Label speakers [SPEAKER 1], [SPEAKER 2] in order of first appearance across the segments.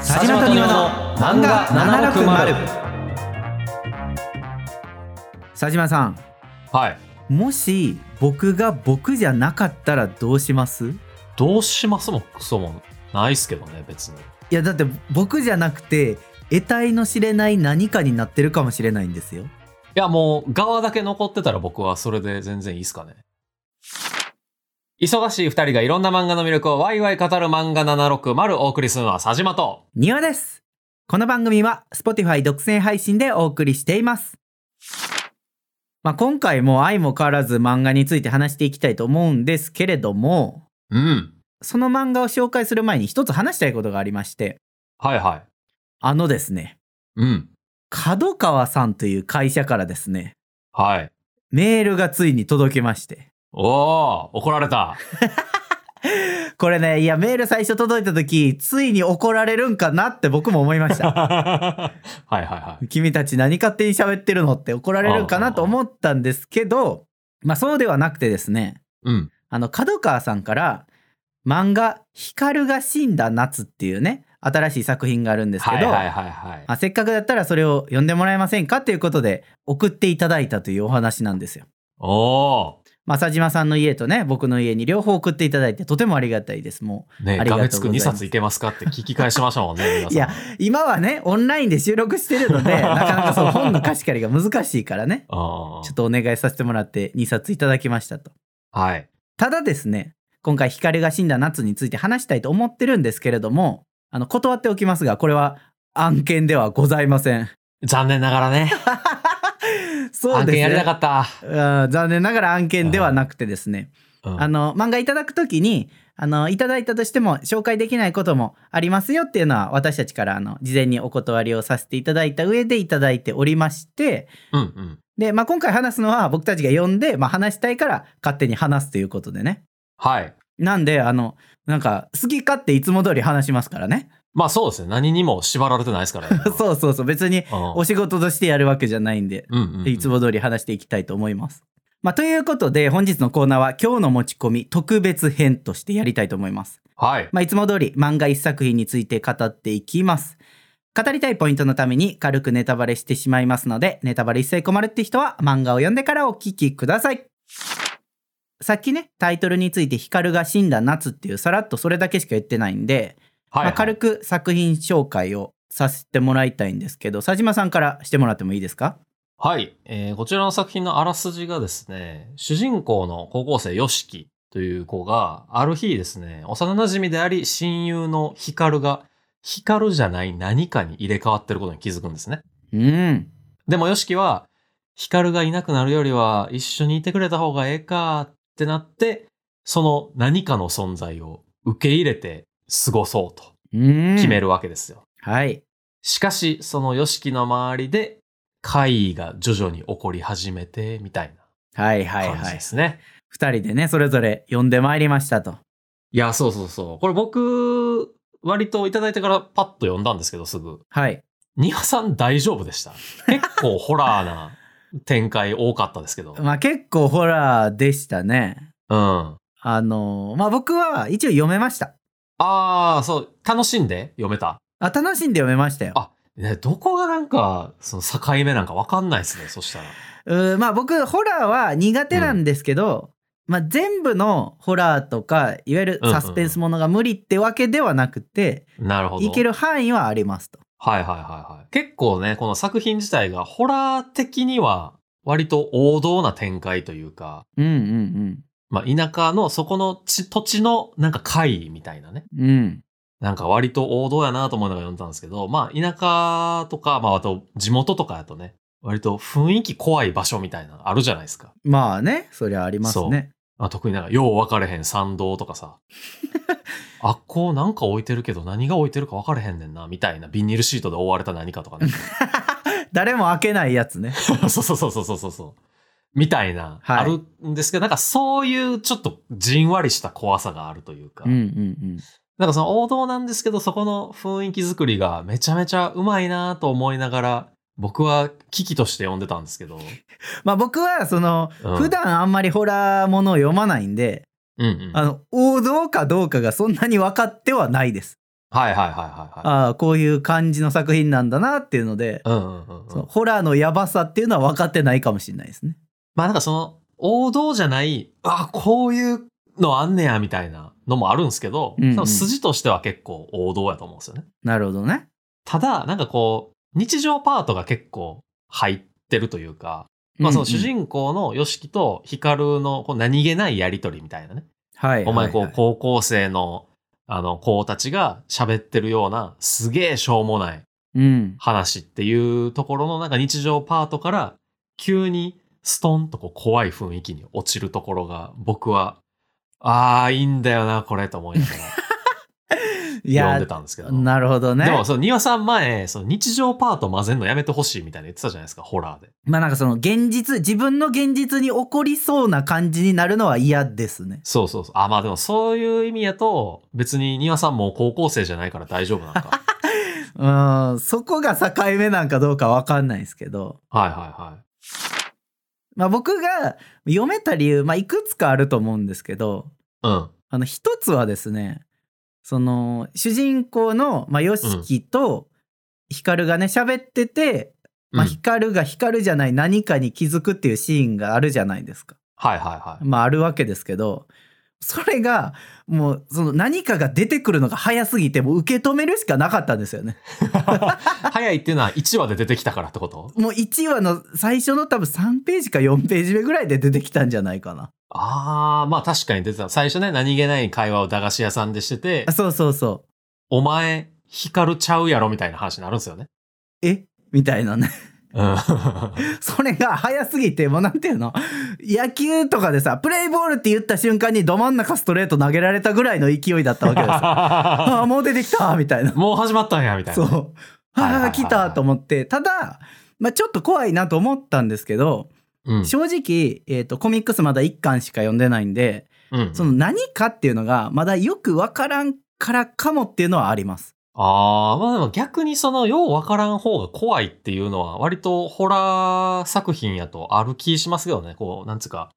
[SPEAKER 1] 佐島と庭の漫画760
[SPEAKER 2] 佐島さん
[SPEAKER 1] はい
[SPEAKER 2] もし僕が僕じゃなかったらどうしますい
[SPEAKER 1] どうしますもクソもないっすけどね別に
[SPEAKER 2] やだって僕じゃなくて得体の知れない何かになってるかもしれないんですよ
[SPEAKER 1] いやもう側だけ残ってたら僕はそれで全然いいっすかね。忙しい二人がいろんな漫画の魅力をワイワイ語る漫画760お送りするのは佐島と。
[SPEAKER 2] 庭ですこの番組は Spotify 独占配信でお送りしていますまあ今回も愛も変わらず漫画について話していきたいと思うんですけれども
[SPEAKER 1] うん。
[SPEAKER 2] その漫画を紹介する前に一つ話したいことがありまして
[SPEAKER 1] はいはい。
[SPEAKER 2] あのですね
[SPEAKER 1] うん。
[SPEAKER 2] 角川さんという会社からですね
[SPEAKER 1] はい。
[SPEAKER 2] メールがついに届きまして
[SPEAKER 1] おお怒られ た。
[SPEAKER 2] これねいやメール最初届いた時ついに怒られるんかなって僕も思いまし た
[SPEAKER 1] はいはいはい。
[SPEAKER 2] 君たち何勝手に喋ってるのって怒られるかなと思ったんですけどまあそうではなくてですね
[SPEAKER 1] うん。
[SPEAKER 2] あの角川さんから漫画「光が死んだ夏」っていうね新しい作品があるんですけど、
[SPEAKER 1] はいはいはいはい。
[SPEAKER 2] まあ、せっかくだったらそれを読んでもらえませんかということで送っていただいたというお話なんですよ。
[SPEAKER 1] おお
[SPEAKER 2] まあ佐島さんの家とね僕の家に両方送っていただいてとてもありがたいですもう
[SPEAKER 1] ー。ね
[SPEAKER 2] あり
[SPEAKER 1] 画
[SPEAKER 2] がとうございます
[SPEAKER 1] 面つく2冊いけますかって聞き返しましょうもんね、皆さん。
[SPEAKER 2] いや今はねオンラインで収録してるの でなかなかその本の貸し借りが難しいからねち
[SPEAKER 1] うん
[SPEAKER 2] ょっとお願いさせてもらって2冊いただきましたと
[SPEAKER 1] はい。
[SPEAKER 2] ただですね今回光が死んだ夏について話したいと思ってるんですけれどもあの断っておきますがこれは案件ではございません
[SPEAKER 1] 残念ながらね。
[SPEAKER 2] そう
[SPEAKER 1] 案
[SPEAKER 2] です
[SPEAKER 1] 件やりたかった。
[SPEAKER 2] うん残念ながら案件ではなくてですね
[SPEAKER 1] うん
[SPEAKER 2] あの漫画いただくときにあのいただいたとしても紹介できないこともありますよっていうのは私たちからあの事前にお断りをさせていただいた上でいただいておりまして
[SPEAKER 1] うんうん。
[SPEAKER 2] で、まあ、今回話すのは僕たちが呼んで、まあ、話したいから勝手に話すということでね
[SPEAKER 1] はい。
[SPEAKER 2] なんであのなんか好き勝手いつも通り話しますからね
[SPEAKER 1] まあそうですね。何にも縛られてないですからね。
[SPEAKER 2] そうそうそう別に
[SPEAKER 1] うん。
[SPEAKER 2] お仕事としてやるわけじゃないんで
[SPEAKER 1] うんうんうん
[SPEAKER 2] いつも通り話していきたいと思います。まあ、ということで本日のコーナーは「今日の持ち込み特別編」としてやりたいと思います。
[SPEAKER 1] はい。
[SPEAKER 2] まあ、いつも通り漫画一作品について語っていきます。語りたいポイントのために軽くネタバレしてしまいますので、ネタバレ一切困るって人は漫画を読んでからお聞きください。さっきね、タイトルについて光が死んだ夏っていうさらっとそれだけしか言ってないんで、
[SPEAKER 1] はい。
[SPEAKER 2] まあ、軽
[SPEAKER 1] く。
[SPEAKER 2] く作品紹介をさせてもらいたいんですけど、佐島さんからしてもらってもいいですか
[SPEAKER 1] はい。えーこちらの作品のあらすじがですね、主人公の高校生ヨシキという子が、ある日ですね、幼馴染であり親友のヒカルが、ヒカルじゃない何かに入れ替わってることに気づくんですね。
[SPEAKER 2] うん。
[SPEAKER 1] でもヨシキは、ヒカルがいなくなるよりは一緒にいてくれた方がええかってなって、その何かの存在を受け入れて過ごそうと
[SPEAKER 2] うん。
[SPEAKER 1] 決め。るわけですよ。
[SPEAKER 2] はい。
[SPEAKER 1] しかし、その YOSHIKI の周りで、怪異が徐々に起こり始めて、みたい
[SPEAKER 2] はい
[SPEAKER 1] な
[SPEAKER 2] はい
[SPEAKER 1] 感
[SPEAKER 2] は
[SPEAKER 1] じ
[SPEAKER 2] い
[SPEAKER 1] で。すね。い
[SPEAKER 2] 二人でね、それぞれ呼んでまいりましたと。
[SPEAKER 1] や、そうそうそう。これ僕、割といただいてからパッと読んだんですけど、すぐ。
[SPEAKER 2] はい。
[SPEAKER 1] ニワさん大丈夫でした。結構ホラーな展開多かったですけど。うん。
[SPEAKER 2] まあ結構ホラーでしたね。
[SPEAKER 1] あ
[SPEAKER 2] あのまあ僕は一応読めました。
[SPEAKER 1] あー、そう、楽しんで読めた。
[SPEAKER 2] あ楽しんで読めましたよ。
[SPEAKER 1] あね、どこがなんか、その境目なんかわかんないですね、そしたら。
[SPEAKER 2] うーまあ僕ホラーは苦手なんですけど、まあ全部のホラーとかいわゆるサスペンスものが無理ってわけではなくて、
[SPEAKER 1] なるほど。
[SPEAKER 2] いける範囲はありますと。
[SPEAKER 1] はいはいはいはい。結構ね、この作品自体がホラー的には割と王道な展開というか、
[SPEAKER 2] うんうん
[SPEAKER 1] まあ田舎のそこの地土地のなんか怪異みたいなね。
[SPEAKER 2] うんうん
[SPEAKER 1] なんか割と王道やなと思いながら読んだんですけど、まあ田舎とか、まああと地元とかだとね、割と雰囲気怖い場所みたいなのあるじゃないですか。
[SPEAKER 2] まあねそりゃありますね。
[SPEAKER 1] まあ、特になんかよう分かれへん参道と かさ。あっこうなんか置いてるけど何が置いてるか分かれへんねんな、みたいなビニールシートで覆われた何か とかね。
[SPEAKER 2] 誰も開けないやつね。
[SPEAKER 1] そうそうそうそうそうそうそう。みたいな、
[SPEAKER 2] はい
[SPEAKER 1] あるんですけど、なんかそういうちょっとじんわりした怖さがあるというか、
[SPEAKER 2] うんうん
[SPEAKER 1] なんかその王道なんですけど、そこの雰囲気作りがめちゃめちゃうまいなと思いながら、僕は危機として読んでたんですけど、
[SPEAKER 2] うん。まあ僕はその、
[SPEAKER 1] うん
[SPEAKER 2] 普段あんまりホラーものを読まないんで、
[SPEAKER 1] うんうん。
[SPEAKER 2] あの王道かどうかがそんなに分かってはないです。
[SPEAKER 1] はいはいはいはいはい。
[SPEAKER 2] ああこういう感じの作品なんだなっていうので、
[SPEAKER 1] うんうんうん
[SPEAKER 2] そ
[SPEAKER 1] うん
[SPEAKER 2] の。ホラーのやばさっていうのは分かってないかもしれないですね。
[SPEAKER 1] まあなんかその、王道じゃない、あ、こういうのあんねや、みたいなのもあるんですけど、
[SPEAKER 2] うんうん
[SPEAKER 1] 多分筋としては結構王道やと思うんですよね。
[SPEAKER 2] なるほどね。
[SPEAKER 1] ただ、なんかこう、日常パートが結構入ってるというか、まあその主人公の YOSHIKI とヒカルのこう何気ないやりとりみたいなね。
[SPEAKER 2] 公、はい
[SPEAKER 1] お前こ
[SPEAKER 2] はいう
[SPEAKER 1] 高校生のあの子たちが喋ってるようなすげえしょうもない
[SPEAKER 2] はいうん、
[SPEAKER 1] 話っていうところのなんか日常パートから急にストンとこう怖い雰囲気に落ちるところが僕はああいいんだよなこれと思いながら
[SPEAKER 2] い
[SPEAKER 1] 読ん
[SPEAKER 2] や
[SPEAKER 1] でたんですけど。
[SPEAKER 2] なるほどね
[SPEAKER 1] でも、その、庭さん前、その日常パート混ぜんのやめてほしいみたいな言ってたじゃないですか、ホラーで。
[SPEAKER 2] まあなんかその現実自分の現実に起こりそうな感じになるのは嫌ですね。
[SPEAKER 1] そうそうそう。あ、まあでもそういう意味やと、別に庭さんも高校生じゃないから大丈夫なんか。
[SPEAKER 2] うんそこが境目なんかどうか分かんないですけど、
[SPEAKER 1] はいはいはい。
[SPEAKER 2] まあ、僕が読めた理由、まあ、いくつかあると思うんですけど
[SPEAKER 1] うん。
[SPEAKER 2] あの一つはですねその主人公の、まあ、ヨシキとヒカルがね喋ってて、まあ、
[SPEAKER 1] うん
[SPEAKER 2] ヒカルがヒカルじゃない何かに気づくっていうシーンがあるじゃないですか。
[SPEAKER 1] はいはい はい。
[SPEAKER 2] まああるわけですけどそれがもうその何かが出てくるのが早すぎてもう受け止めるしかなかったんですよね。
[SPEAKER 1] 早いっていうのは1話で出てきたからってこと
[SPEAKER 2] もう1話の最初の多分3ページか4ページ目ぐらいで出てきたんじゃないかな。
[SPEAKER 1] ああ、まあ確かに出てた。最初ね、何気ない会話を駄菓子屋さんでしてて
[SPEAKER 2] あ、そうそうそ
[SPEAKER 1] お前、ヒカルちゃうやろみたいな話になるんですよね。
[SPEAKER 2] う。えみたいなね。
[SPEAKER 1] うん。
[SPEAKER 2] それが早すぎて、もうなんていうの野球とかでさ、プレイボールって言った瞬間にど真ん中ストレート投げられたぐらいの勢いだ ったわけですよ。ああ、もう出てきたみたいな。
[SPEAKER 1] もう始まったんや、みたい
[SPEAKER 2] そ
[SPEAKER 1] な。
[SPEAKER 2] う。
[SPEAKER 1] はいはいはい
[SPEAKER 2] ああ、来たと思って。ただ、まあ、ちょっと怖いなと思ったんですけど、
[SPEAKER 1] うん。
[SPEAKER 2] 正直、えっ、と、コミックスまだ1巻しか読んでないんで、
[SPEAKER 1] うん
[SPEAKER 2] その何かっていうのがまだよくわからんからかもっていうのはあります。
[SPEAKER 1] ああ、まあでも逆にその、ようわからん方が怖いっていうのは、割とホラー作品やとある気しますけどね。こう、なんつうか、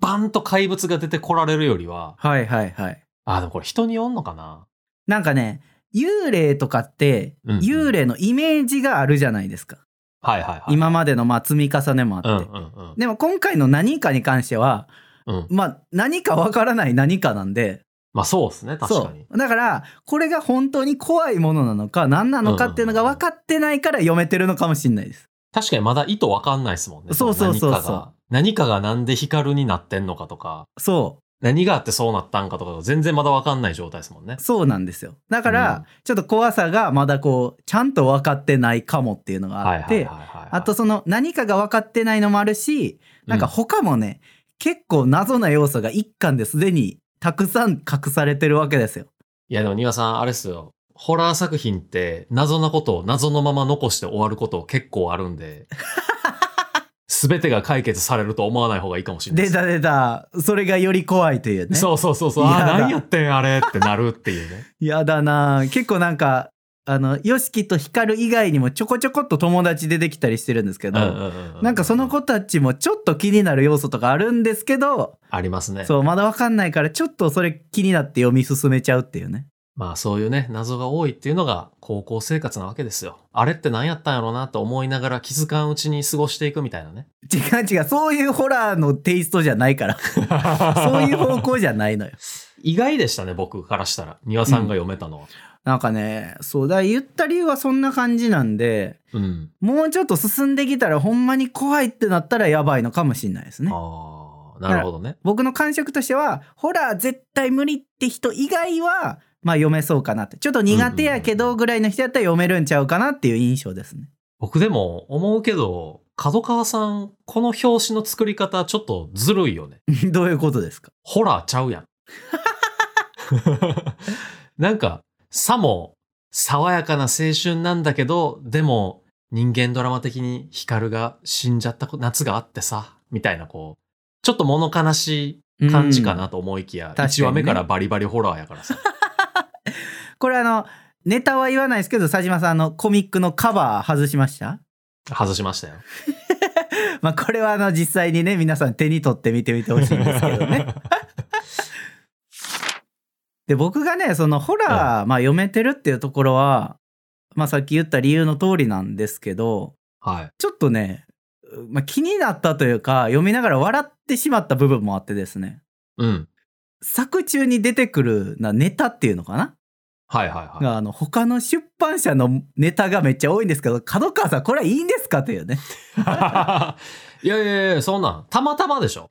[SPEAKER 1] バンと怪物が出てこられるよりは、
[SPEAKER 2] はいはいはい。
[SPEAKER 1] ああ、でもこれ人によんのかな。
[SPEAKER 2] なんかね、幽霊とかって、
[SPEAKER 1] うんうん
[SPEAKER 2] 幽霊のイメージがあるじゃないですか。
[SPEAKER 1] はいはいはい。
[SPEAKER 2] 今までのまあ積み重ねもあって。
[SPEAKER 1] うんうん
[SPEAKER 2] でも今回の何かに関しては、
[SPEAKER 1] うん。うん。
[SPEAKER 2] まあ何かわからない何かなんで、
[SPEAKER 1] まあそうですね、確かに。
[SPEAKER 2] そう。だから、これが本当に怖いものなのか、何なのかっていうのが分かってないから読めてるのかもしれないです。
[SPEAKER 1] 確かにまだ意図わかんないですもんね。
[SPEAKER 2] そうそうそうそう
[SPEAKER 1] 何かが。何かがなんで光になってんのかとか、
[SPEAKER 2] そ
[SPEAKER 1] 何があってそうなったんかとかが全然まだわかんない状態ですもんね
[SPEAKER 2] う。。そうなんですよ。だか
[SPEAKER 1] う
[SPEAKER 2] ら
[SPEAKER 1] ん、
[SPEAKER 2] ちょっと怖さがまだこう、ちゃんと分かってないかもっていうのが
[SPEAKER 1] は
[SPEAKER 2] あ
[SPEAKER 1] い
[SPEAKER 2] っ
[SPEAKER 1] はいはい
[SPEAKER 2] て、
[SPEAKER 1] はい。
[SPEAKER 2] あと、その何かが分かってないのもあるし、なんか
[SPEAKER 1] う
[SPEAKER 2] 他もね、結構謎な要素が一巻ですでにたくさん隠されてるわけですよ。
[SPEAKER 1] いやでも庭さん、あれっすよ。ホラー作品って謎なことを謎のまま残して終わること結構あるん で、すべてが解決されると思わない方がいいかもしれ
[SPEAKER 2] 出
[SPEAKER 1] ないです。
[SPEAKER 2] た出た。それがより怖いというね。
[SPEAKER 1] そうそうそうそう。
[SPEAKER 2] いやだ
[SPEAKER 1] あー、何やってんあれってなるってい うね。
[SPEAKER 2] やだなぁ結構なんか、あの、ヨシキとヒカル以外にもちょこちょこっと友達出てきたりしてるんですけど、なんかその
[SPEAKER 1] と
[SPEAKER 2] 子たちもちょっと気になる要素とかあるんですけど、
[SPEAKER 1] ありますね。
[SPEAKER 2] そう、まだわかんないからちょっとそれ気になって読み進めちゃうっていうね。
[SPEAKER 1] まあそういうね、謎が多いっていうのが高校生活なわけですよ。あれって何やったんやろうなと思いながら気づかんうちに過ごしていくみたいな ね。
[SPEAKER 2] 違う違う、そういうホラーのテイストじゃない から、そういう方向じゃないのよ。
[SPEAKER 1] 意外でしたね、僕からしたら。庭さんが読めたのは。
[SPEAKER 2] なんかね、そうだ、言った理由はそんな感じなんで、
[SPEAKER 1] うん。
[SPEAKER 2] もうちょっと進んできたらほんまに怖いってなったらやばいのかもしれないですね。
[SPEAKER 1] ああ、なるほどね。
[SPEAKER 2] 僕の感触としては、ホラー絶対無理って人以外は、まあ読めそうかなって。ちょっと苦手やけ
[SPEAKER 1] うんうん
[SPEAKER 2] どぐらいの人やったら読めるんちゃうかなっていう印象ですね。
[SPEAKER 1] 僕でも思うけど、角川さん、この表紙の作り方ちょっとずるいよね。
[SPEAKER 2] どういうことですか
[SPEAKER 1] ホラーちゃ うやん。なんか、さも爽やかな青春なんだけど、でも人間ドラマ的にヒカルが死んじゃったこ夏があってさ、みたいなこう、ちょっと物悲しい感じか
[SPEAKER 2] うん
[SPEAKER 1] なと思いきや、
[SPEAKER 2] 確かにね
[SPEAKER 1] 1話目からバリバリホラーやか らさ。
[SPEAKER 2] これあの、ネタは言わないですけど、佐島さん、あの、コミックのカバー外しました
[SPEAKER 1] 外しましたよ。
[SPEAKER 2] まあこれはあの、実際 にね、皆さん手に取って見てみてほしいんですけどね。で僕がねそのホラー、まあ、読めてるっていうところは、まあ、さっき言った理由の通りなんですけど
[SPEAKER 1] はい。
[SPEAKER 2] ちょっとね、まあ、気になったというか読みながら笑ってしまった部分もあってですね
[SPEAKER 1] うん。
[SPEAKER 2] 作中に出てくるなネタっていうのかな、
[SPEAKER 1] はいはいは
[SPEAKER 2] があの他の出版社のネタがめっちゃ多いんですけど角川さんこれはいいんですかというね
[SPEAKER 1] い。いやいやいや、そんなん、たまたまでしょ。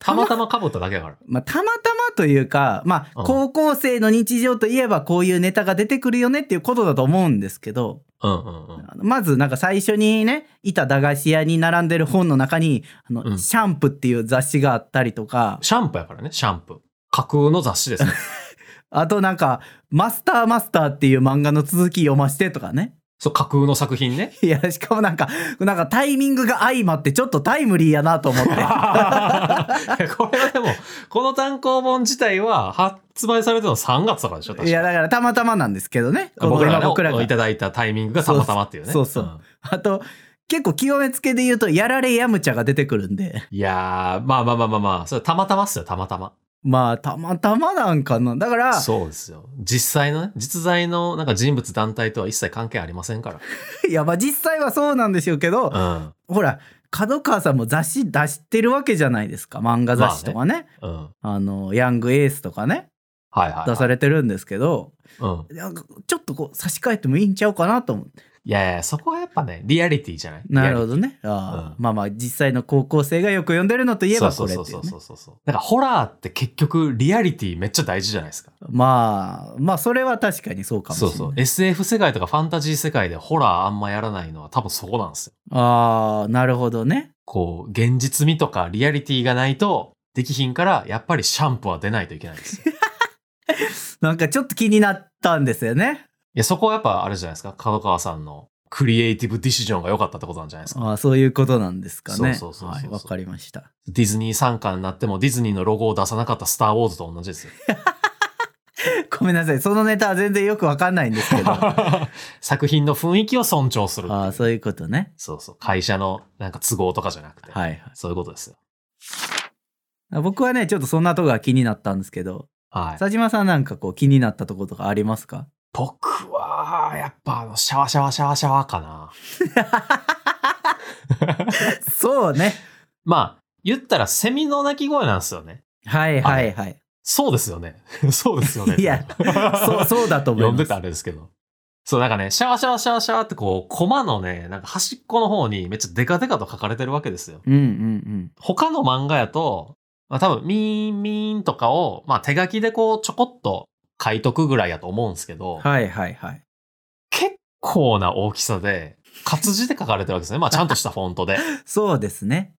[SPEAKER 1] たまたまかぶっただけやから。
[SPEAKER 2] まあ、たまたまというか、ま
[SPEAKER 1] う
[SPEAKER 2] あ、
[SPEAKER 1] ん
[SPEAKER 2] 高校生の日常といえばこういうネタが出てくるよねっていうことだと思うんですけど、
[SPEAKER 1] うんうんうん。
[SPEAKER 2] あのまずなんか最初にね、いた駄菓子屋に並んでる本の中に、あの、
[SPEAKER 1] うん
[SPEAKER 2] シャンプーっていう雑誌があったりとか、
[SPEAKER 1] シャンプーやからね、シャンプー。架空の雑 誌ですね。
[SPEAKER 2] あとなんか、マスターマスターっていう漫画の続き読ましてとかね。
[SPEAKER 1] そう、架空の作品ね。
[SPEAKER 2] いや、しかもなんか、なんかタイミングが相まってちょっとタイムリーやなと思って。
[SPEAKER 1] これはでも、この単行本自体は発売されたの3月とかでしょ、確
[SPEAKER 2] い
[SPEAKER 1] か
[SPEAKER 2] や、だからたまたまなんですけどね。この
[SPEAKER 1] 僕ら
[SPEAKER 2] 今
[SPEAKER 1] が
[SPEAKER 2] 僕ら
[SPEAKER 1] ね
[SPEAKER 2] が
[SPEAKER 1] いただいたタイミングがたまたまっていうね。
[SPEAKER 2] そうそうそ
[SPEAKER 1] ん
[SPEAKER 2] あと、結構極めつけで言うと、やられやむちゃが出てくるんで。
[SPEAKER 1] いやー、まあまあまあまあまあ、それたまたまっすよ、たまたま。
[SPEAKER 2] まあ、たまたまなんかな。だから、
[SPEAKER 1] そうですよ。実際のね、実在のなんか人物団体とは一切関係ありませ んか
[SPEAKER 2] いや、まあ実際はそうなんでしょうけど、
[SPEAKER 1] ら。
[SPEAKER 2] ほら、角川さんも雑誌出してるわけじゃないですか。漫画雑誌とかね。
[SPEAKER 1] うん。うん。はい
[SPEAKER 2] あの、ヤングエースとかね、
[SPEAKER 1] はい、はい。
[SPEAKER 2] 出されてるんですけど、
[SPEAKER 1] うん。
[SPEAKER 2] なんかちょっとこう、差し替えてもいいんちゃうかなと思って。
[SPEAKER 1] いやいや、そこはやっぱね、リアリティじゃない
[SPEAKER 2] なるほ
[SPEAKER 1] ど。
[SPEAKER 2] どね。あー
[SPEAKER 1] うん
[SPEAKER 2] まあまあ、実際の高校生がよく読んでるのといえ
[SPEAKER 1] そ
[SPEAKER 2] ば
[SPEAKER 1] うそ
[SPEAKER 2] こ
[SPEAKER 1] う
[SPEAKER 2] れ
[SPEAKER 1] そ
[SPEAKER 2] っ
[SPEAKER 1] う
[SPEAKER 2] て
[SPEAKER 1] そ
[SPEAKER 2] いううね。
[SPEAKER 1] そうそう。なんかホラーって結局リアリティめっちゃ大事じゃないですか。
[SPEAKER 2] まあ、まあ、それは確かにそうかもしれ
[SPEAKER 1] そう
[SPEAKER 2] ない。
[SPEAKER 1] そう。SF 世界とかファンタジー世界でホラーあんまやらないのは多分そこなんですよ。
[SPEAKER 2] ああ、なるほどね。
[SPEAKER 1] こう、現実味とかリアリティがないとできひんから、やっぱりシャンプーは出ないといけないんですよ。 い
[SPEAKER 2] なんかちょっと気になったんですよね。
[SPEAKER 1] や、そこはやっぱあれじゃないですか。角川さんのクリエイティブディシジョンが良かったってことなんじゃないですか。
[SPEAKER 2] ああ、そういうことなんですかね。
[SPEAKER 1] そうそうそうそうそう
[SPEAKER 2] はい、わかりました。
[SPEAKER 1] ディズニー参加になってもディズニーのロゴを出さなかったスター・ウォーズと同 じですよ。
[SPEAKER 2] ごめんなさい。そのネタは全然よくわかんないんです けど。あ
[SPEAKER 1] 作品の雰囲気を尊重するっていう
[SPEAKER 2] あ、そういうことね。
[SPEAKER 1] そうそう。会社のなんか都合とかじゃなくて。
[SPEAKER 2] はい
[SPEAKER 1] そういうことですよ。
[SPEAKER 2] はい。僕はね、ちょっとそんなとこが気になったんですけど、
[SPEAKER 1] はい。
[SPEAKER 2] 佐島さんなんかこう気になったとことかありますか
[SPEAKER 1] 僕は、やっぱあの、シャワシャワシャワシャワかな。
[SPEAKER 2] そうね。
[SPEAKER 1] まあ、言ったらセミの鳴き声なんですよね。
[SPEAKER 2] はいはいはい。
[SPEAKER 1] そうですよね。 そうですよね。
[SPEAKER 2] いや、 そう、そうだと思い
[SPEAKER 1] 呼ん
[SPEAKER 2] ま
[SPEAKER 1] ですたあ。れですけど。そう、なんかね、シャワシャワシャワシャワってこう、コマのね、なんか端っこの方にめっちゃデカデカと書かれてるわけですよ。
[SPEAKER 2] うんうんうん。
[SPEAKER 1] 他の漫画やと、まあ多分、ミーンミーンとかを、まあ手書きでこう、ちょこっと書いとくぐらいやと思うんですけど、
[SPEAKER 2] はいはいはい。
[SPEAKER 1] 結構な大きさで、活字で書かれてるわけですね。まあちゃんとしたフォントで。
[SPEAKER 2] そうですね。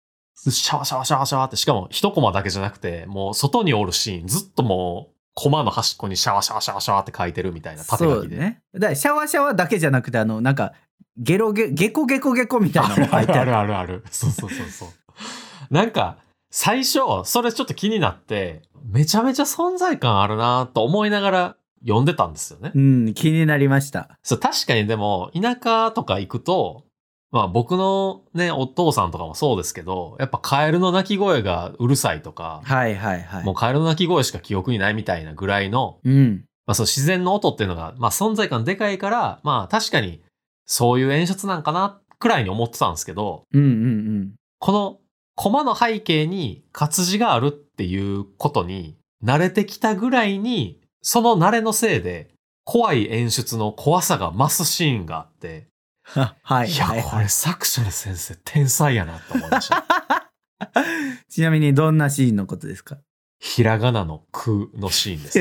[SPEAKER 1] シャワシャワシャワシャワって、しかも一コマだけじゃなくて、もう外におるシーン、ずっともう、コマの端っこにシャワシャワシャワシャワって書いてるみたいな縦
[SPEAKER 2] そ
[SPEAKER 1] 書
[SPEAKER 2] う
[SPEAKER 1] きで。
[SPEAKER 2] ね。だからシャワシャワだけじゃなくて、あの、なんか、ゲロゲ、ゲコゲコゲコみたい
[SPEAKER 1] あ
[SPEAKER 2] なの
[SPEAKER 1] る
[SPEAKER 2] も書
[SPEAKER 1] あ
[SPEAKER 2] いて
[SPEAKER 1] るあ
[SPEAKER 2] ある。
[SPEAKER 1] るあるある。そうそうそうそう。なんか、最初、それちょっと気になって、めちゃめちゃ存在感あるなと思いながら読んでたんですよね。
[SPEAKER 2] うん、気になりました。
[SPEAKER 1] そう、確かにでも、田舎とか行くと、まあ僕のね、お父さんとかもそうですけど、やっぱカエルの鳴き声がうるさいとか、
[SPEAKER 2] はいはいはい。
[SPEAKER 1] もうカエルの鳴き声しか記憶にないみたいなぐらいの、
[SPEAKER 2] うん。
[SPEAKER 1] まあその自然の音っていうのが、まあ存在感でかいから、まあ確かにそういう演出なんかな、くらいに思ってたんですけど、
[SPEAKER 2] うんうんうん。
[SPEAKER 1] このコマの背景に活字があるっていうことに慣れてきたぐらいに、その慣れのせいで、怖い演出の怖さが増すシーンがあって、
[SPEAKER 2] ははい
[SPEAKER 1] い
[SPEAKER 2] はい
[SPEAKER 1] や、こ
[SPEAKER 2] は
[SPEAKER 1] れ
[SPEAKER 2] い。
[SPEAKER 1] 作者の先生天才やなと思いました。
[SPEAKER 2] ちなみにどんなシーンのことですか
[SPEAKER 1] ひらがなの空のシーンです。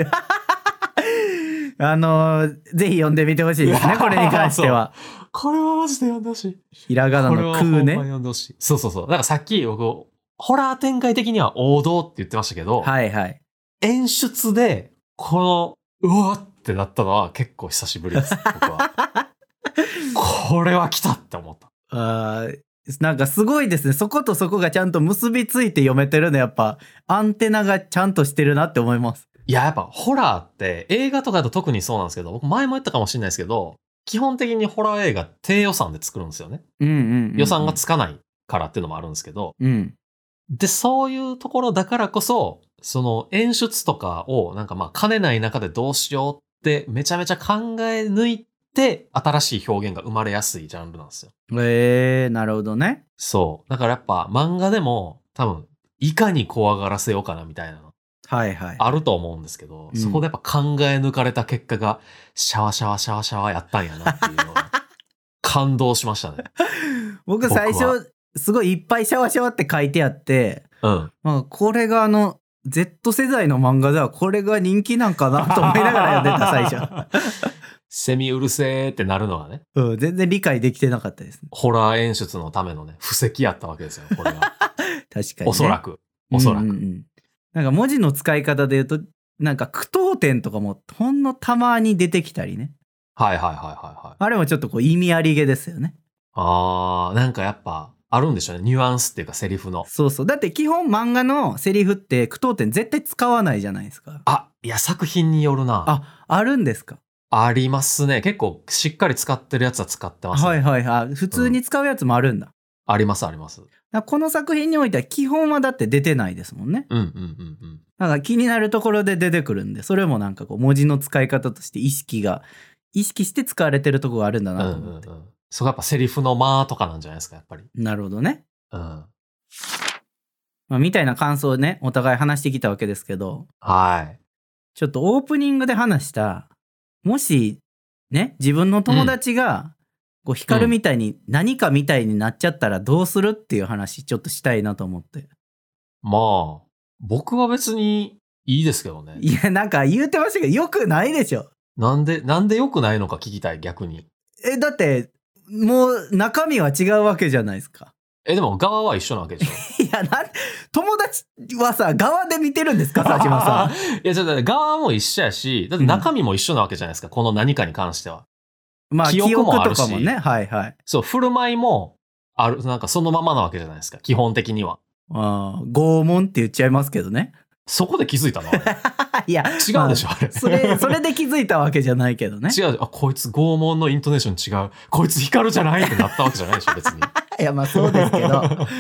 [SPEAKER 2] あのーぜひ読んでみてほしいですね、これに関しては。
[SPEAKER 1] これはマジで読んでほしい。
[SPEAKER 2] ひらがな
[SPEAKER 1] これ
[SPEAKER 2] の
[SPEAKER 1] は
[SPEAKER 2] 空
[SPEAKER 1] ほんま
[SPEAKER 2] ね。
[SPEAKER 1] 読んでほしい。そうそうそう。だからさっき僕、ホラー展開的には王道って言ってましたけど、
[SPEAKER 2] はいはい。
[SPEAKER 1] 演出で、この、うわってなったのは結構久しぶりです、僕 は。これは来たって思った。
[SPEAKER 2] あーなんかすごいですね。そことそこがちゃんと結びついて読めてるの、やっぱ、アンテナがちゃんとしてるなって思います。
[SPEAKER 1] いや、やっぱホラーって映画とかだと特にそうなんですけど、僕前も言ったかもしれないですけど、基本的にホラー映画低予算で作るんですよね。
[SPEAKER 2] うんうんうんうん
[SPEAKER 1] 予算がつかないからっていうのもあるんですけど、
[SPEAKER 2] うん。
[SPEAKER 1] で、そういうところだからこそ、その演出とかをなんかまあ兼ねない中でどうしようってめちゃめちゃ考え抜いて新しい表現が生まれやすいジャンルなんですよ。
[SPEAKER 2] えー、なるほどね。
[SPEAKER 1] そう。だからやっぱ漫画でも多分いかに怖がらせようかなみたいなの
[SPEAKER 2] はいはい。
[SPEAKER 1] あると思うんですけど、
[SPEAKER 2] うん
[SPEAKER 1] そこでやっぱ考え抜かれた結果がシャワシャワシャワシャワやったんやなっていう のは感動しましたね。
[SPEAKER 2] 僕
[SPEAKER 1] 僕は
[SPEAKER 2] 最初、すごいいっぱいシャワシャワって書いてあって、
[SPEAKER 1] うん。
[SPEAKER 2] まあ、これがあの、Z 世代の漫画ではこれが人気なんかな と思いながら読んでた最 初。
[SPEAKER 1] 初。セミうるせーってなるのはね、
[SPEAKER 2] うん、全然理解できてなかったですね。
[SPEAKER 1] ホラー演出のためのね、布石やったわけですよ、これ
[SPEAKER 2] 確
[SPEAKER 1] が。
[SPEAKER 2] かに、ね。
[SPEAKER 1] おそらく。おそら
[SPEAKER 2] うん
[SPEAKER 1] く。
[SPEAKER 2] うんうんなんか文字の使い方で言うと、なんか句読点とかもほんのたまに出てきたりね。
[SPEAKER 1] はいはいはいはいはい。
[SPEAKER 2] あれもちょっとこう意味ありげですよね。
[SPEAKER 1] あー、なんかやっぱ、あるんでしょうね。ニュアンスっていうかセリフの。
[SPEAKER 2] そうそう。だって基本漫画のセリフって句読点絶対使わないじゃないですか。
[SPEAKER 1] あ、いや、作品によるな。
[SPEAKER 2] あ、あるんですか
[SPEAKER 1] ありますね。結構しっかり使ってるやつは使ってます、ね。
[SPEAKER 2] はいはいはい。普通に使うやつもあるんだ。
[SPEAKER 1] ありますあります。
[SPEAKER 2] だからこの作品においては基本はだって出てないですもんね。
[SPEAKER 1] うんうんうんうん。
[SPEAKER 2] なんか気になるところで出てくるんで、それもなんかこう文字の使い方として意識が、意識して使われてるとこがあるんだ
[SPEAKER 1] うん
[SPEAKER 2] なと
[SPEAKER 1] う
[SPEAKER 2] 思
[SPEAKER 1] んう
[SPEAKER 2] って。
[SPEAKER 1] ん。そこやっぱセリフの間とかなんじゃないですか、やっぱり。
[SPEAKER 2] なるほどね。
[SPEAKER 1] うん。
[SPEAKER 2] まあ、みたいな感想をねお互い話してきたわけですけど
[SPEAKER 1] はい。
[SPEAKER 2] ちょっとオープニングで話したもしね自分の友達が、こう光みたいに何かみたいになっちゃったらどうするっていう話ちょっとしたいなと思って
[SPEAKER 1] まあ、僕は別にいいですけどね。
[SPEAKER 2] いやなんか言うてましたけどよくないでしょ
[SPEAKER 1] なんで、なんで良くないのか聞きたい、逆に。
[SPEAKER 2] えだってもう中身は違うわけじゃないですか
[SPEAKER 1] え、でも側は一緒なわけでしょ。
[SPEAKER 2] いやなん友達はさ側で見てるんです か佐島さ
[SPEAKER 1] いや、ちょっとだって側も一緒やし、だって中身も一緒なわけじゃないですか、この何かに関しては。
[SPEAKER 2] んまあ記
[SPEAKER 1] 記
[SPEAKER 2] 憶
[SPEAKER 1] 憶もあ
[SPEAKER 2] と
[SPEAKER 1] るし
[SPEAKER 2] かもねはいはい
[SPEAKER 1] そう、振る舞いも、ある、なんかそのままなわけじゃないですか、基本的には。
[SPEAKER 2] あー拷問って言っちゃいますけどね
[SPEAKER 1] そこで 気づいたのあれ
[SPEAKER 2] いや
[SPEAKER 1] 違うでしょ、あれ。
[SPEAKER 2] そ れ、それで気づいたわけじゃないけどね。
[SPEAKER 1] 違う。あ、こいつ拷問のイントネーション違う。こいつ光るじゃないってなったわけじゃないでしょ、別に。
[SPEAKER 2] いや、まあそうですけど。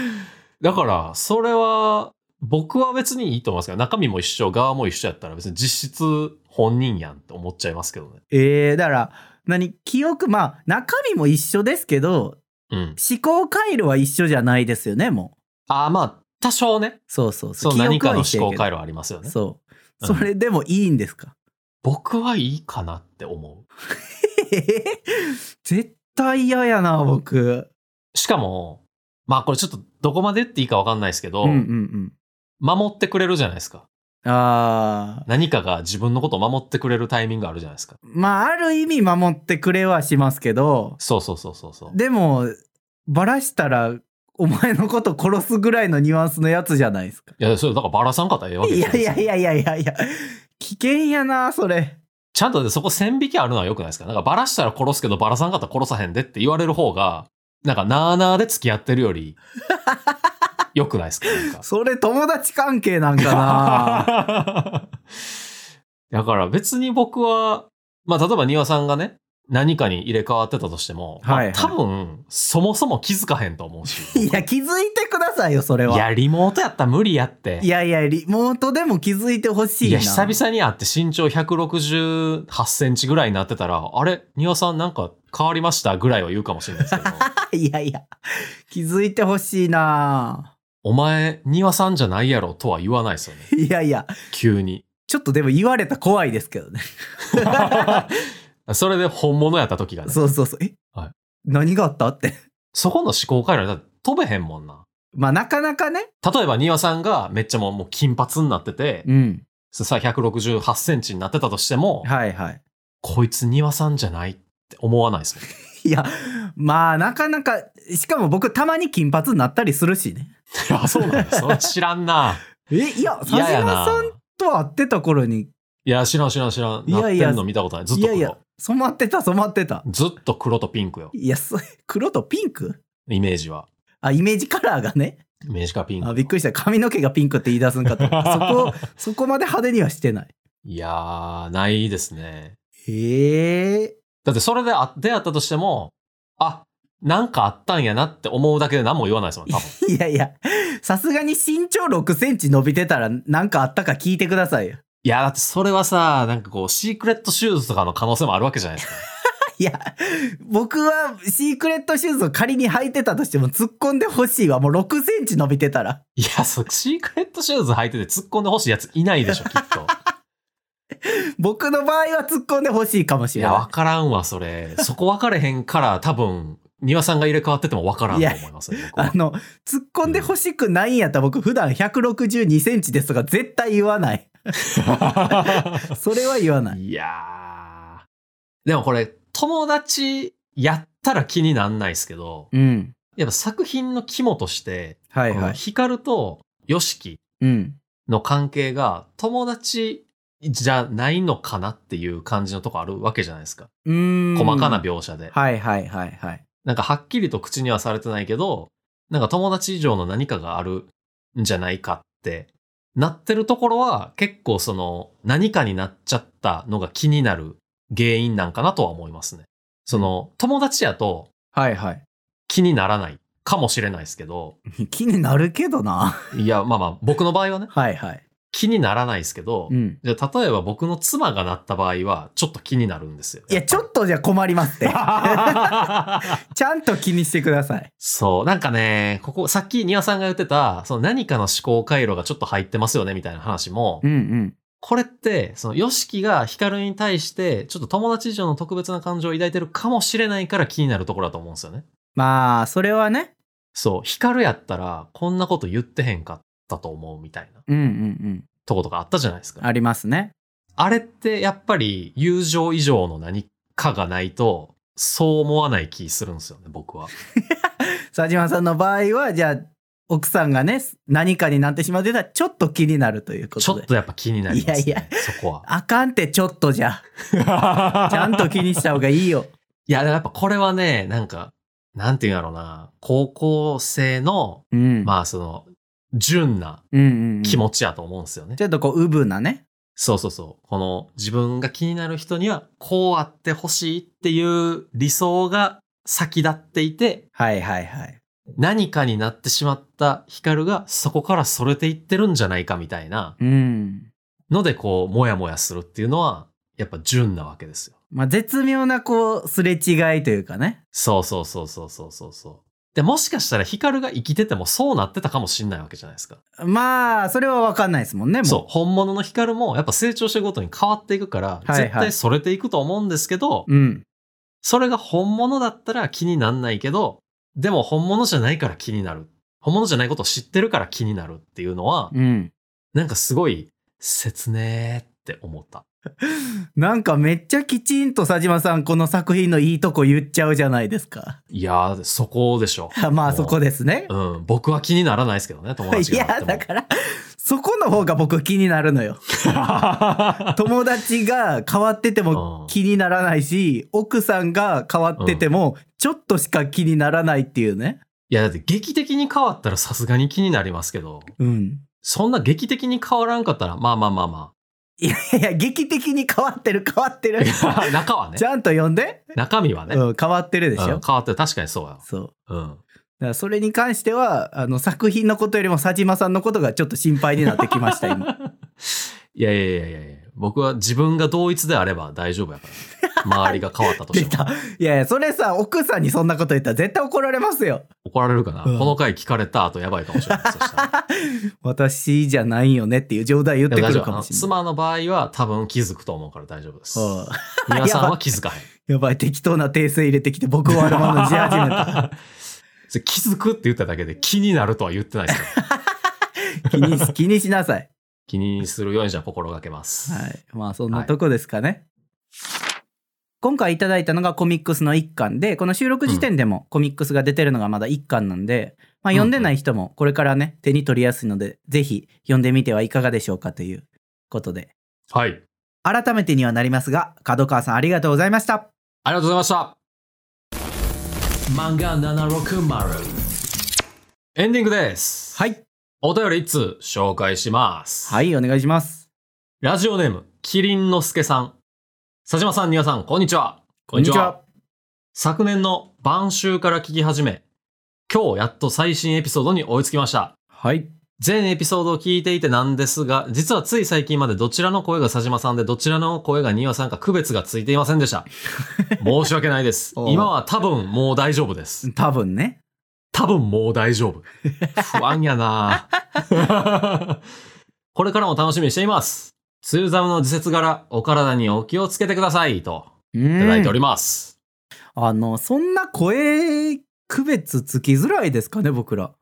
[SPEAKER 1] だから、それは、僕は別にいいと思いますけど、中身も一緒、側も一緒やったら別に実質本人やんって思っちゃいますけどね。
[SPEAKER 2] えー、だから、何記憶、まあ中身も一緒ですけど、
[SPEAKER 1] うん。
[SPEAKER 2] 思考回路は一緒じゃないですよね、もう。
[SPEAKER 1] あーまあ、多少ね、
[SPEAKER 2] そうそう
[SPEAKER 1] そう
[SPEAKER 2] 記憶は
[SPEAKER 1] 何かの
[SPEAKER 2] 一緒
[SPEAKER 1] 思
[SPEAKER 2] や
[SPEAKER 1] 考
[SPEAKER 2] けど
[SPEAKER 1] 回路ありますよね。
[SPEAKER 2] そう。
[SPEAKER 1] う
[SPEAKER 2] そ
[SPEAKER 1] ん
[SPEAKER 2] れでもいいんですか、
[SPEAKER 1] 僕はいいかなって思う。
[SPEAKER 2] えへへ絶対嫌やな、僕。
[SPEAKER 1] しかも、まあこれちょっとどこまで言っていいかわかんないですけど、
[SPEAKER 2] うんうん
[SPEAKER 1] 守ってくれるじゃないですか。
[SPEAKER 2] うん。ああ。
[SPEAKER 1] 何かが自分のことを守ってくれるタイミングあるじゃないですか。
[SPEAKER 2] まあある意味守ってくれはしますけど、
[SPEAKER 1] そうそうそうそうそう。
[SPEAKER 2] でも、バラしたら、お前のこと殺すぐらいのニュアンスのやつじゃないですか。
[SPEAKER 1] いや、それだからバラさんかったらええわけ
[SPEAKER 2] い
[SPEAKER 1] です
[SPEAKER 2] や
[SPEAKER 1] よ
[SPEAKER 2] いやいやいやいやいや危険やなそれ
[SPEAKER 1] ちゃんとでそこ線引きあるのは良くないですかなんかバラしたら殺すけどバラさんかったら殺さへんでって言われる方が、なんかなあなあで付き合ってるより、良くないですかなんか。
[SPEAKER 2] それ友達関係なんか な
[SPEAKER 1] だから別に僕は、まあ例えば庭さんがね、何かに入れ替わってたとしても、まあ
[SPEAKER 2] はいはい
[SPEAKER 1] 多分、そもそも気づかへんと思うし。
[SPEAKER 2] いや気づいてくださいよそれ
[SPEAKER 1] い
[SPEAKER 2] は
[SPEAKER 1] や、リモートやったら無理やって。
[SPEAKER 2] いやいやリモートでも気づいてほしい
[SPEAKER 1] い
[SPEAKER 2] な
[SPEAKER 1] や、久々に会って身長168センチぐらいになってたら、あれ庭さんなんか変わりましたぐらいは言うかもしれないですけ ど。
[SPEAKER 2] いやいや気づいてほしいな
[SPEAKER 1] お前、庭さんじゃないやろとは言わないですよね。
[SPEAKER 2] いやいや
[SPEAKER 1] 急 に。
[SPEAKER 2] ちょっとでも言われたら怖いですけど ね
[SPEAKER 1] それで本物やった時がね。そ
[SPEAKER 2] そうそうそうえ、
[SPEAKER 1] はい
[SPEAKER 2] 何があったって
[SPEAKER 1] この思考回路だって飛べへんもんな。
[SPEAKER 2] まあなかなかね
[SPEAKER 1] 例えば庭さんがめっちゃもうもう金髪になってて、
[SPEAKER 2] うん
[SPEAKER 1] さ、168センチになってたとしても、
[SPEAKER 2] はいはい
[SPEAKER 1] こいつ庭さんじゃないって思わないで すもん。
[SPEAKER 2] いやまあなかなかしかも僕たまに金髪になったりするしね
[SPEAKER 1] いや、そうなんです。それ知らんな。
[SPEAKER 2] えいや佐
[SPEAKER 1] 嫌や
[SPEAKER 2] 島
[SPEAKER 1] な
[SPEAKER 2] さん。と会ってた頃に
[SPEAKER 1] いや、知らん知らん知らん。
[SPEAKER 2] いやいや
[SPEAKER 1] なってんの見たことない。ずっと
[SPEAKER 2] いや
[SPEAKER 1] 黒。
[SPEAKER 2] いや染まってた染まってた
[SPEAKER 1] ずっと黒とピンクよ。
[SPEAKER 2] いやそ黒とピンク
[SPEAKER 1] イメージは。
[SPEAKER 2] あイメージカラーがね
[SPEAKER 1] イメージかピンク。
[SPEAKER 2] あびっくりした髪の毛がピンクって言い出すんか と思ったそこそこまで派手にはしてない
[SPEAKER 1] いやー、ないですね。
[SPEAKER 2] へえ
[SPEAKER 1] だってそれであ出会ったとしても、あ、なんかあったんやなって思うだけで何も言わないですもん、多 分。
[SPEAKER 2] いやいや、さすがに身長6センチ伸びてたらなんかあったか聞いてくださいよ。
[SPEAKER 1] いや、だってそれはさ、なんかこう、シークレットシューズとかの可能性もあるわけじゃないですか。
[SPEAKER 2] いや、僕はシークレットシューズを仮に履いてたとしても突っ込んでほしいわ。もう6センチ伸びてたら。
[SPEAKER 1] いや、そう、シークレットシューズ履いてて突っ込んでほしいやつい ないでしょ、きっと。
[SPEAKER 2] 僕の場合は突っ込んでほしいかもし
[SPEAKER 1] い
[SPEAKER 2] れ
[SPEAKER 1] や、わ
[SPEAKER 2] な
[SPEAKER 1] からんわ、それ。そこ分かれへんから、多分、庭さんが入れ替わってても分からんと思いますね、
[SPEAKER 2] い。
[SPEAKER 1] 僕
[SPEAKER 2] あ
[SPEAKER 1] は
[SPEAKER 2] の、突っ込んでほしくないんやったら僕普段162センチですとか絶対言わ ない。それは言わない。
[SPEAKER 1] いやー。でもこれ、友達やったら気になんないですけど、
[SPEAKER 2] うん。
[SPEAKER 1] やっぱ作品の肝として、
[SPEAKER 2] は
[SPEAKER 1] はい
[SPEAKER 2] はい。
[SPEAKER 1] ヒカルとヨシキ
[SPEAKER 2] うん。
[SPEAKER 1] の関係が友達じゃないのかなっていう感じのとこあるわけじゃないですか。
[SPEAKER 2] うーん。
[SPEAKER 1] 細かな描写で。
[SPEAKER 2] はいはいはいはい。
[SPEAKER 1] なんかはっきりと口にはされてないけど、なんか友達以上の何かがあるんじゃないかってなってるところは結構その何かになっちゃったのが気になる原因なんかなとは思いますね。その友達やと
[SPEAKER 2] はいはい。
[SPEAKER 1] 気にならないかもしれないですけど、
[SPEAKER 2] 気になるけどな。
[SPEAKER 1] いやまあまあ僕の場合はね
[SPEAKER 2] はいはい。
[SPEAKER 1] 気にならないですけど、
[SPEAKER 2] うん。
[SPEAKER 1] じゃあ例えば僕の妻がなった場合はちょっと気になるんですよ。
[SPEAKER 2] いや、 ちょっとじゃ困りますって。 ちゃんと気にしてください。
[SPEAKER 1] そう。なんかね、ここ、さっき庭さんが言ってた、その何かの思考回路がちょっと入ってますよね、みたいな話も、
[SPEAKER 2] んうん。
[SPEAKER 1] これって、その、ヨシキがヒカルに対して、ちょっと友達以上の特別な感情を抱いてるかもしれないから気になるところだと思うんですよね。
[SPEAKER 2] まあ、それはね。
[SPEAKER 1] そう、ヒカルやったら、こんなこと言ってへんかったと思う、みたいな
[SPEAKER 2] うんうんうん。
[SPEAKER 1] とことかあったじゃないですか。
[SPEAKER 2] ありますね。
[SPEAKER 1] あれって、やっぱり、友情以上の何かがないと、そう思わない気するんですよね、僕は。
[SPEAKER 2] 佐島さんの場合は、じゃあ、奥さんがね、何かになってしまってたら、ちょっと気になるということで。
[SPEAKER 1] ちょっとやっぱ気になりますね、
[SPEAKER 2] いやい
[SPEAKER 1] そこは。
[SPEAKER 2] あかんって、ちょっとじゃ。
[SPEAKER 1] ち
[SPEAKER 2] ちゃ
[SPEAKER 1] ゃ
[SPEAKER 2] んと気にした方がいいよ。
[SPEAKER 1] いや、でもやっぱこれはね、なんか、なんていうんだろうな、高校生の、
[SPEAKER 2] うんあ、
[SPEAKER 1] まあその、純な
[SPEAKER 2] うんうん、
[SPEAKER 1] 気
[SPEAKER 2] ち。
[SPEAKER 1] 持ちやと思うんですよね。
[SPEAKER 2] ょっとこう、うぶなね。
[SPEAKER 1] そうそうそう。この自分が気になる人には、こうあってほしいっていう理想が先立っていて、
[SPEAKER 2] はいはいはい。
[SPEAKER 1] 何かになってしまったヒカルがそこからそれていってるんじゃないかみたいな
[SPEAKER 2] うん。
[SPEAKER 1] ので、こう、もやもやするっていうのは、やっぱ純なわけですよ。
[SPEAKER 2] まあ、絶妙な、こう、すれ違いというかね。
[SPEAKER 1] そうそうそうそうそうそうそう。で、もしかしたらヒカルが生きててもそうなってたかもしんないわけじゃないですか。
[SPEAKER 2] まあ、それは分かんないですもんね、もう。
[SPEAKER 1] そう、本物のヒカルもやっぱ成長していくごとに変わっていくから、
[SPEAKER 2] いはい
[SPEAKER 1] 絶対それていくと思うんですけど、
[SPEAKER 2] うん。
[SPEAKER 1] それが本物だったら気になんないけど、でも本物じゃないから気になる。本物じゃないことを知ってるから気になるっていうのは、
[SPEAKER 2] うん。
[SPEAKER 1] なんかすごい切ねーって思った。
[SPEAKER 2] なんかめっちゃきちんと佐島さんこの作品のいいとこ言っちゃうじゃないですか。
[SPEAKER 1] いやー、そこでしょ。
[SPEAKER 2] まあそこです ね。
[SPEAKER 1] うん、僕は気にならないですけどね、友達
[SPEAKER 2] い
[SPEAKER 1] がな
[SPEAKER 2] や
[SPEAKER 1] っても。
[SPEAKER 2] だからそこの方が僕気になるのよ。 友達が変わってても気にならないし奥さんが変わっててもちょっとしか気にならないっていうね。
[SPEAKER 1] いや、だって劇的に変わったらさすがに気になりますけど、
[SPEAKER 2] うん。
[SPEAKER 1] そんな劇的に変わらんかったら、まあまあまあま
[SPEAKER 2] いやいや劇的に変わってる変わってる。
[SPEAKER 1] あ。中はね
[SPEAKER 2] ち、ゃんと読んで、
[SPEAKER 1] 中身はね、
[SPEAKER 2] うん、変わってるでし
[SPEAKER 1] う
[SPEAKER 2] ょ
[SPEAKER 1] ん。変わってる。確かにそうやわ。
[SPEAKER 2] そう。
[SPEAKER 1] うん。
[SPEAKER 2] だからそれに関してはあの作品のことよりも佐島さんのことがちょっと心配になってきました今。
[SPEAKER 1] いやいやいやいやいや僕は自分が同一であれば大丈夫 やから、周りが変わったと
[SPEAKER 2] 出
[SPEAKER 1] しても。
[SPEAKER 2] た。いやいや、それさ、奥さんにそんなこと言ったら絶対怒られますよ。
[SPEAKER 1] 怒られるかな、
[SPEAKER 2] うん
[SPEAKER 1] この回聞かれた後やばいかもしれない。そした ら
[SPEAKER 2] 私じゃないよねっていう冗談言って
[SPEAKER 1] でも
[SPEAKER 2] く
[SPEAKER 1] 大丈
[SPEAKER 2] る
[SPEAKER 1] 夫
[SPEAKER 2] か
[SPEAKER 1] あ
[SPEAKER 2] も
[SPEAKER 1] の
[SPEAKER 2] しれない。
[SPEAKER 1] 妻の場合は多分気づくと思うから大丈夫です。
[SPEAKER 2] うん
[SPEAKER 1] 皆さんは気づかへん。
[SPEAKER 2] やばい、適当な訂正入れてきて僕を悪者にし始めた。
[SPEAKER 1] それ気づくって言っただけで気になるとは言ってないですから
[SPEAKER 2] 気にし、気にしなさい。
[SPEAKER 1] 気にするようにじゃあ心がけます。
[SPEAKER 2] はい。まあ、そんなとこですかね。今回いただいたのがコミックスの1巻で、この収録時点でもコミックスが出てるのがまだ1巻なんで、まあ、読んでない人もこれからね、手に取りやすいので、ぜひ読んでみてはいかがでしょうかということで、
[SPEAKER 1] はい。
[SPEAKER 2] 改めてにはなりますが、角川さんありがとうございました。
[SPEAKER 1] ありがとうございました。漫画760。エンディングです。
[SPEAKER 2] はい。
[SPEAKER 1] お便り1通紹介します。。
[SPEAKER 2] はいい、お願いします。
[SPEAKER 1] ラジオネーム、キリンのすけさん。佐島さん、丹羽さん、こんにちは。。昨年の晩秋から聞き始め、今日やっと最新エピソードに追いつきました。
[SPEAKER 2] はい。
[SPEAKER 1] 全エピソードを聞いていてなんですが、実はつい最近までどちらの声が佐島さんでどちらの声が丹羽さんか区別がついていません でした。申し訳ないです。
[SPEAKER 2] おう
[SPEAKER 1] 今は多分もう大丈夫です。
[SPEAKER 2] 多分ね。
[SPEAKER 1] 多分もう大丈夫。不安や なこれからも楽しみにしています。ツーザムの自節柄、お体にお気をつけてください。と、
[SPEAKER 2] う
[SPEAKER 1] い
[SPEAKER 2] ん
[SPEAKER 1] ただいております。
[SPEAKER 2] あの、そんな声、区別つきづらいですかね、僕ら。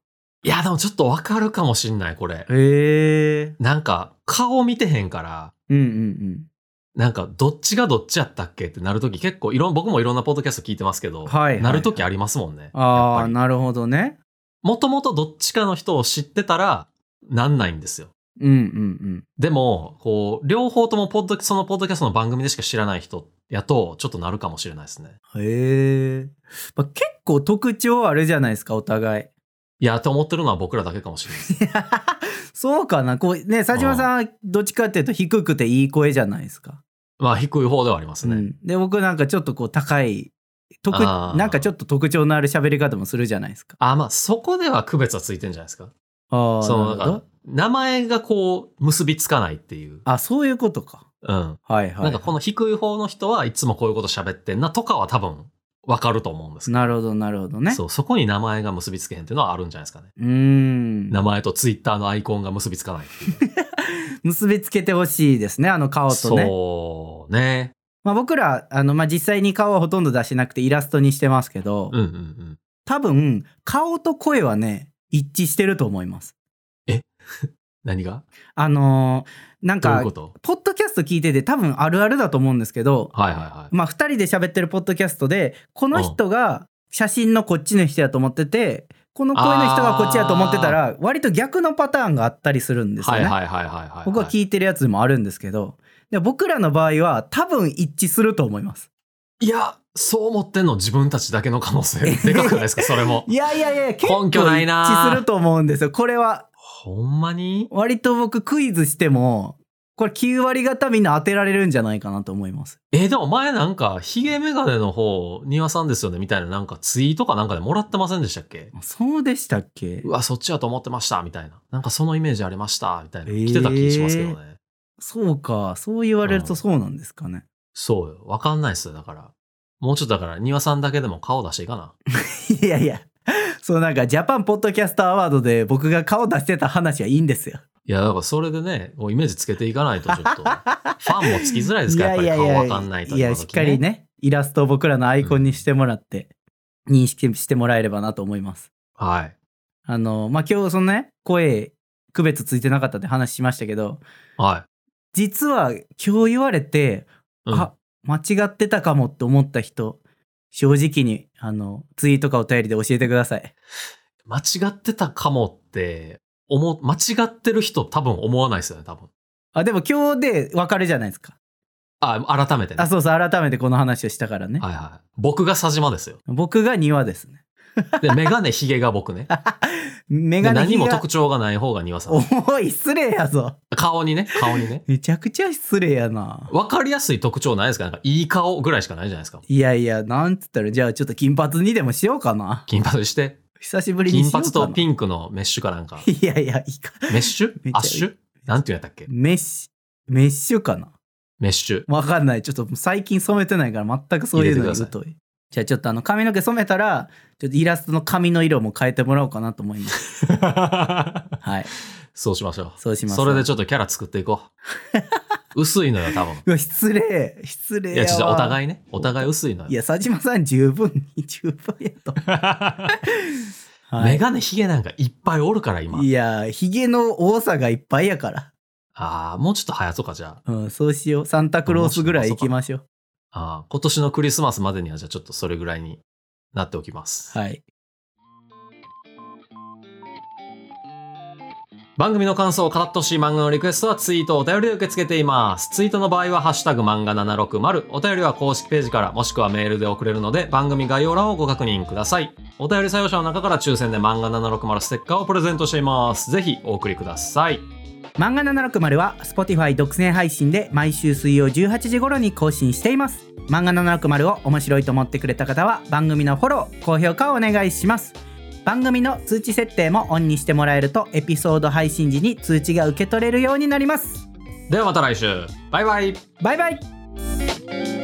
[SPEAKER 1] いや、でもちょっとわかるかもしんない、これ。
[SPEAKER 2] へえ。
[SPEAKER 1] なんか、顔見てへんから、
[SPEAKER 2] うんうん
[SPEAKER 1] なんか、どっちがどっちやったっけってなるとき、結構いろん、僕もいろんなポッドキャスト聞いてますけど、
[SPEAKER 2] うん。はい、
[SPEAKER 1] なると
[SPEAKER 2] き。
[SPEAKER 1] きありますもんね。やっ
[SPEAKER 2] あ
[SPEAKER 1] ぱ
[SPEAKER 2] あ、
[SPEAKER 1] り
[SPEAKER 2] なるほどね。
[SPEAKER 1] もともとどっちかの人を知ってたら、なんないんですよ。
[SPEAKER 2] うんうん
[SPEAKER 1] でも、こう、両方ともポッド、そのポッドキャストの番組でしか知らない人やと、ちょっとなるかもしれないですね。
[SPEAKER 2] うん。へえ。まあ、結構特徴あるじゃないですか、お互い。
[SPEAKER 1] いや、と思ってるのは僕らだけかもしれないです。
[SPEAKER 2] そうかな。こうね、佐島さんはどっちかっていうと低くていい声じゃないですか。
[SPEAKER 1] まあ、低い方ではありますね。
[SPEAKER 2] うん、で、僕なんかちょっとこう高い、特
[SPEAKER 1] あー
[SPEAKER 2] なんかちょっと特徴のある喋り方もするじゃないですか。
[SPEAKER 1] あ、まあ、そこでは区別はついてんじゃないですか。
[SPEAKER 2] ああ、
[SPEAKER 1] そ
[SPEAKER 2] なるほ
[SPEAKER 1] の、なんか
[SPEAKER 2] ど。、
[SPEAKER 1] 名前がこう、結びつかないっていう。
[SPEAKER 2] あ、そういうことか。
[SPEAKER 1] うん。
[SPEAKER 2] はいはい。
[SPEAKER 1] なんかこの低い方の人はいつもこういうこと喋ってんなとかは多分わかると思うんですけど、
[SPEAKER 2] なるほど、なるほどね。
[SPEAKER 1] そうそこに名前が結びつけへんっていうのはあるんじゃないですかね。
[SPEAKER 2] うーん。
[SPEAKER 1] 名前とツイッターのアイコンが結びつかないっていう。
[SPEAKER 2] 結びつけてほしいですね、あの顔とね。
[SPEAKER 1] そうね。
[SPEAKER 2] まあ、僕ら、あの、まあ、実際に顔はほとんど出してなくてイラストにしてますけど、
[SPEAKER 1] うんうんうん。
[SPEAKER 2] 多分、顔と声はね、一致してると思います。
[SPEAKER 1] 何が
[SPEAKER 2] あのーなん
[SPEAKER 1] どういう
[SPEAKER 2] か
[SPEAKER 1] こ、と
[SPEAKER 2] ポッドキャスト聞いてて多分あるあるだと思うんですけど、
[SPEAKER 1] はいはいはい。
[SPEAKER 2] まあ、二人で喋ってるポッドキャストで、この人が写真のこっちの人やと思ってて、この声の人がこっちやと思ってたら、割と逆のパターンがあったりするんですよ
[SPEAKER 1] は
[SPEAKER 2] ね。
[SPEAKER 1] いはいはいはいはい。
[SPEAKER 2] 僕は聞いてるやつでもあるんですけど、で僕らの場合は多分一致すると思います。
[SPEAKER 1] いや、そう思ってんの自分たちだけの可能性。でかくないです かそれも。
[SPEAKER 2] いやいやいや、結構
[SPEAKER 1] 根
[SPEAKER 2] 一
[SPEAKER 1] 拠ないな
[SPEAKER 2] 致すると思うんですよ。これは、
[SPEAKER 1] ほんまに
[SPEAKER 2] 割と僕クイズしても、これ9割方みんな当てられるんじゃないかなと思います。
[SPEAKER 1] え、でも前なんか、ヒゲメガネの方、庭さんですよねみたいななんかツイートかなんかでもらってませんでしたっけ
[SPEAKER 2] そうでしたっけ
[SPEAKER 1] うわ、そっちやと思ってました、みたいな。なんかそのイメージありました、みたいな。
[SPEAKER 2] えー
[SPEAKER 1] 来てた気しますけどね。
[SPEAKER 2] そうか、そう言われるとそうなんですかね。
[SPEAKER 1] そうよ。わかんないっすよ、だから。もうちょっとだから、庭さんだけでも顔出していかな。
[SPEAKER 2] いやいや、そうなんかジャパンポッドキャストアワードで僕が顔出してた話はいいんですよ。
[SPEAKER 1] いや、だからそれでね、もうイメージつけていかないと、ちょっ と。ファンもつきづらいですから、やっぱり顔わかんないと
[SPEAKER 2] いや、しっかり。ね、イラストを僕らのアイコンにしてもらって、認識してもらえればなと思います。
[SPEAKER 1] はい。
[SPEAKER 2] あの、まあ、今日そのね、声、区別ついてなかったって話しましたけど、
[SPEAKER 1] はい。
[SPEAKER 2] 実は今日言われて、
[SPEAKER 1] うん、
[SPEAKER 2] あ、間違ってたかもって思った人、正直に、あの、ツイートかお便りで教えてください。
[SPEAKER 1] 間違ってたかもって、思う、間違ってる人多分思わないですよね、多分。
[SPEAKER 2] あ、でも今日でわかるじゃないですか。
[SPEAKER 1] あ、改めてね。
[SPEAKER 2] あ、そうそう、改めてこの話をしたからね。
[SPEAKER 1] はいはい。僕が佐島ですよ。
[SPEAKER 2] 僕が庭ですね。
[SPEAKER 1] で、メガネ、ヒゲが僕ね。
[SPEAKER 2] メ
[SPEAKER 1] で
[SPEAKER 2] ガネ
[SPEAKER 1] 何も
[SPEAKER 2] が
[SPEAKER 1] 特徴がない方が庭さん。
[SPEAKER 2] おい、失礼やぞ。
[SPEAKER 1] 顔にね、顔にね。
[SPEAKER 2] めちゃくちゃ失礼やな。
[SPEAKER 1] わかりやすい特徴ないですかなんか、いい顔ぐらいしかないじゃないですか。
[SPEAKER 2] いやいや、なんつったら、じゃあちょっと金髪にでもしようかな。
[SPEAKER 1] 金髪して、
[SPEAKER 2] 久しぶりにし
[SPEAKER 1] 金
[SPEAKER 2] ようか
[SPEAKER 1] 髪
[SPEAKER 2] な。
[SPEAKER 1] とピンクのメッシュかなんか。
[SPEAKER 2] いやいや、いいか。
[SPEAKER 1] メッシ ュ
[SPEAKER 2] めっちゃ
[SPEAKER 1] アッシュなんていうんやったっけ
[SPEAKER 2] メッシュ、メッシュかな。
[SPEAKER 1] メッシュ。
[SPEAKER 2] わかんない。ちょっと最近染めてないから、全くそういうの
[SPEAKER 1] 入れ
[SPEAKER 2] に
[SPEAKER 1] てく
[SPEAKER 2] 疎い。じゃあちょっとあの髪の毛染めたら、ちょっとイラストの髪の色も変えてもらおうかなと思い ます。はい。
[SPEAKER 1] そうしましょう。
[SPEAKER 2] そうします。
[SPEAKER 1] それでちょっとキャラ作っていこう。薄いのよ、多分。
[SPEAKER 2] うわ失礼。失礼
[SPEAKER 1] い
[SPEAKER 2] やわ。
[SPEAKER 1] や、ちょっとお
[SPEAKER 2] い。
[SPEAKER 1] 互いね。お互い薄い
[SPEAKER 2] い
[SPEAKER 1] の よ。
[SPEAKER 2] や、佐島さん十分に、十分や と。はい
[SPEAKER 1] メガネ、ヒゲなんかいっぱいおるから、今。
[SPEAKER 2] いや、ヒゲの多さがいっぱいやから。
[SPEAKER 1] ああ、もうちょっと早そうか、じゃあ。
[SPEAKER 2] うん、そうしよう。サンタクロースぐらい行きましょう。
[SPEAKER 1] ああ今年のクリスマスまでには、じゃあちょっとそれぐらいになっておきます。
[SPEAKER 2] はい。
[SPEAKER 1] 番組の感想を語ってほしい漫画のリクエストはツイートお便りで受け付けています。ツイートの場合はハッシュタグ漫画760、お便りは公式ページからもしくはメールで送れるので番組概要欄をご確認ください。お便り採用者の中から抽選で漫画760ステッカーをプレゼントしています。ぜひお送りください。
[SPEAKER 2] 漫画760は Spotify 独占配信で毎週水曜18時頃に更新しています漫画760を面白いと思ってくれた方は番組のフォロー高評価をお願いします番組の通知設定もオンにしてもらえるとエピソード配信時に通知が受け取れるようになります
[SPEAKER 1] ではまた来週バイバイ
[SPEAKER 2] バイバイ